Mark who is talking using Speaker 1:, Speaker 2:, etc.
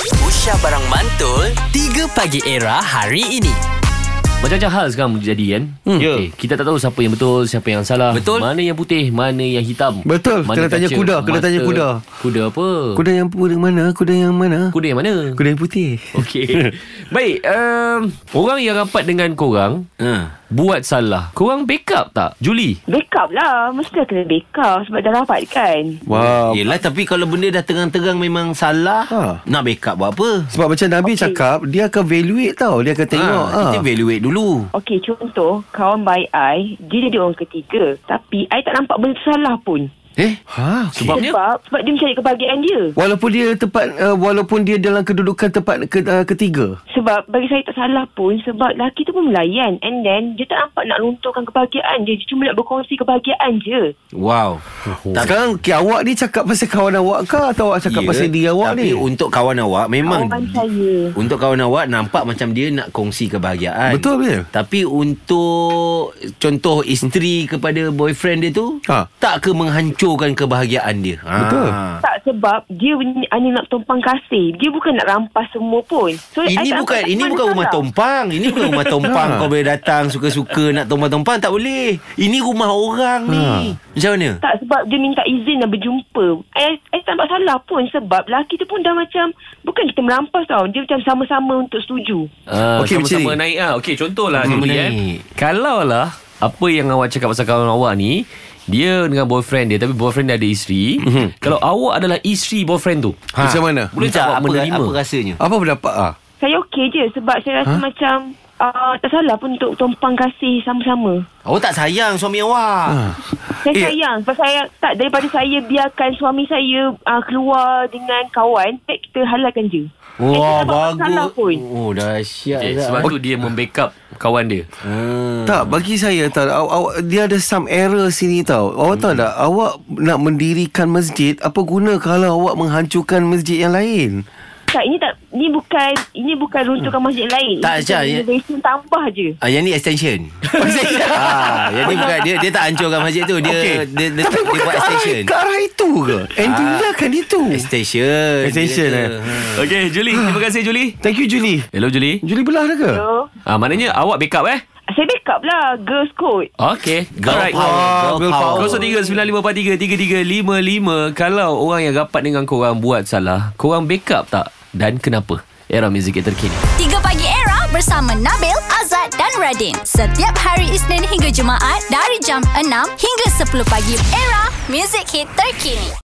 Speaker 1: Syah Barang Mantul 3 Pagi Era hari ini
Speaker 2: Macam-macam hal sekarang jadi kan hmm.
Speaker 3: Ya.
Speaker 2: okay. Kita tak tahu siapa yang betul Siapa yang salah
Speaker 1: Betul.
Speaker 2: Mana yang putih Mana yang hitam
Speaker 3: Betul.
Speaker 2: mana
Speaker 3: Kena tanya kuda, kena
Speaker 2: mata.
Speaker 3: tanya kuda.
Speaker 2: Kuda apa
Speaker 3: Kuda yang kuda yang mana? Kuda yang mana?
Speaker 2: Kuda yang mana
Speaker 3: Kuda yang putih.
Speaker 2: Okey. Baik um, Orang yang rapat dengan korang
Speaker 1: ha.
Speaker 2: Buat salah Korang backup tak? Julie
Speaker 4: Back up lah Mesti kena back up Sebab dah rapat kan
Speaker 3: Wow.
Speaker 1: Yelah tapi kalau benda dah terang-terang memang salah
Speaker 3: Ha.
Speaker 1: Nak backup buat apa?
Speaker 3: Sebab macam Nabi
Speaker 4: Okey.
Speaker 3: cakap, dia akan evaluate tau. Dia akan tengok. ah.
Speaker 1: ha. Kita evaluate dulu
Speaker 4: Okey contoh Kawan baik I Dia jadi orang ketiga Tapi I tak nampak benda salah pun
Speaker 1: Eh?
Speaker 3: ha okay.
Speaker 1: Sebab- Sebabnya?
Speaker 4: Sebab Sebab dia mencari kebahagiaan dia
Speaker 3: Walaupun dia tempat uh, walaupun dia dalam kedudukan tempat ke, uh, ketiga.
Speaker 4: Sebab bagi saya tak salah pun Sebab lelaki tu pun melayan And then Dia tak nampak nak runtuhkan kebahagiaan dia Dia cuma nak berkongsi kebahagiaan je
Speaker 1: Wow
Speaker 3: Tak. Sekarang okay, awak ni cakap pasal kawan awak ke atau awak cakap
Speaker 1: Ya,
Speaker 3: yeah, pasal diri awak
Speaker 1: tapi
Speaker 3: ni?
Speaker 1: untuk kawan awak memang
Speaker 4: Kawan saya
Speaker 1: Untuk kawan awak nampak macam dia nak kongsi kebahagiaan
Speaker 3: Betul betul.
Speaker 1: Tapi untuk contoh isteri kepada boyfriend dia tu
Speaker 3: Ha.
Speaker 1: tak ke menghancurkan kebahagiaan dia. Ha.
Speaker 3: Betul.
Speaker 4: tak sebab dia ni- hanya nak tumpang kasih. Dia bukan nak rampas semua pun. So, I
Speaker 1: Ini
Speaker 4: Eh, tak
Speaker 1: bukan
Speaker 4: nampak
Speaker 1: ini
Speaker 4: mana
Speaker 1: bukan rumah
Speaker 4: salah.
Speaker 1: tompang. Ini bukan rumah tompang
Speaker 3: Ha.
Speaker 1: kau boleh datang suka-suka nak tompang-tompang tak boleh. Ini rumah orang ni.
Speaker 3: Ha.
Speaker 1: Macam mana?
Speaker 4: Tak sebab dia minta izin dan berjumpa. I, I tak nampak salah pun sebab lelaki tu pun dah macam bukan kita merampas tau. Dia macam sama-sama untuk setuju.
Speaker 2: Uh,
Speaker 3: Okey,
Speaker 2: okay, sama-sama
Speaker 3: Cik.
Speaker 2: naik ah. Okey, contohlah
Speaker 1: Hmm,
Speaker 2: hmm, Julie eh.
Speaker 1: naik.
Speaker 2: Kalau lah apa yang awak cakap pasal kawan awak ni, dia dengan boyfriend dia tapi boyfriend dia ada isteri.
Speaker 3: Hmm.
Speaker 2: Mm-hmm. Kalau awak adalah isteri boyfriend tu.
Speaker 3: Ha. Macam mana?
Speaker 2: Boleh
Speaker 1: Minta
Speaker 2: tak awak
Speaker 1: apa,
Speaker 2: menerima?
Speaker 1: apa rasanya?
Speaker 3: Apa pendapat ah?
Speaker 4: Saya okey je sebab saya rasa macam uh, tak salah pun untuk tumpang kasih sama-sama.
Speaker 1: Awak tak sayang suami awak.
Speaker 3: Ha.
Speaker 4: Saya
Speaker 3: Eh.
Speaker 4: eh. sayang sebab saya tak daripada saya biarkan suami saya uh, keluar dengan kawan, baik kita halalkan je.
Speaker 1: Wah,
Speaker 4: Eh, tak nampak masalah pun.
Speaker 1: bagus. Oh, dahsyat.
Speaker 2: Okay,
Speaker 1: dah.
Speaker 2: sebab tu dia membackup kawan dia.
Speaker 1: Hmm.
Speaker 3: Tak, bagi saya tak aw, aw, dia ada some error sini tau. Awak tahu tak, awak nak mendirikan masjid, apa guna kalau awak menghancurkan masjid yang lain?
Speaker 4: Tak, ini tak ini bukan ini bukan runtuhkan masjid lain.
Speaker 1: Hmm. Tak,
Speaker 4: Ini
Speaker 1: Syah, ya.
Speaker 4: renovation tambah je.
Speaker 1: Ah, yang ni extension. ah, yang ni bukan dia dia tak hancurkan masjid tu. Dia okay. dia, dia, dia, dia buat extension.
Speaker 3: Ke arah itu ke? Entunya kan itu.
Speaker 1: Extension.
Speaker 3: Extension,
Speaker 1: Dia
Speaker 3: eh.
Speaker 1: tu. Hmm.
Speaker 2: Okey, Julie, terima kasih Julie.
Speaker 3: Thank you Julie.
Speaker 2: Hello Julie.
Speaker 3: Julie belah dah ke?
Speaker 4: So,
Speaker 2: Ah, maknanya awak backup eh?
Speaker 4: saya backup lah girls code.
Speaker 2: Okey.
Speaker 1: Girl
Speaker 2: Alright.
Speaker 1: power. Girl
Speaker 3: girl power.
Speaker 1: power.
Speaker 2: 0395433355 Kalau orang yang rapat dengan korang buat salah Korang backup tak? Dan kenapa? Era muzik terkini
Speaker 5: 3 Pagi Era bersama Nabil, Azad dan Radin. Setiap hari Isnin hingga Jumaat dari jam 6 hingga 10 pagi. Era, music hit terkini.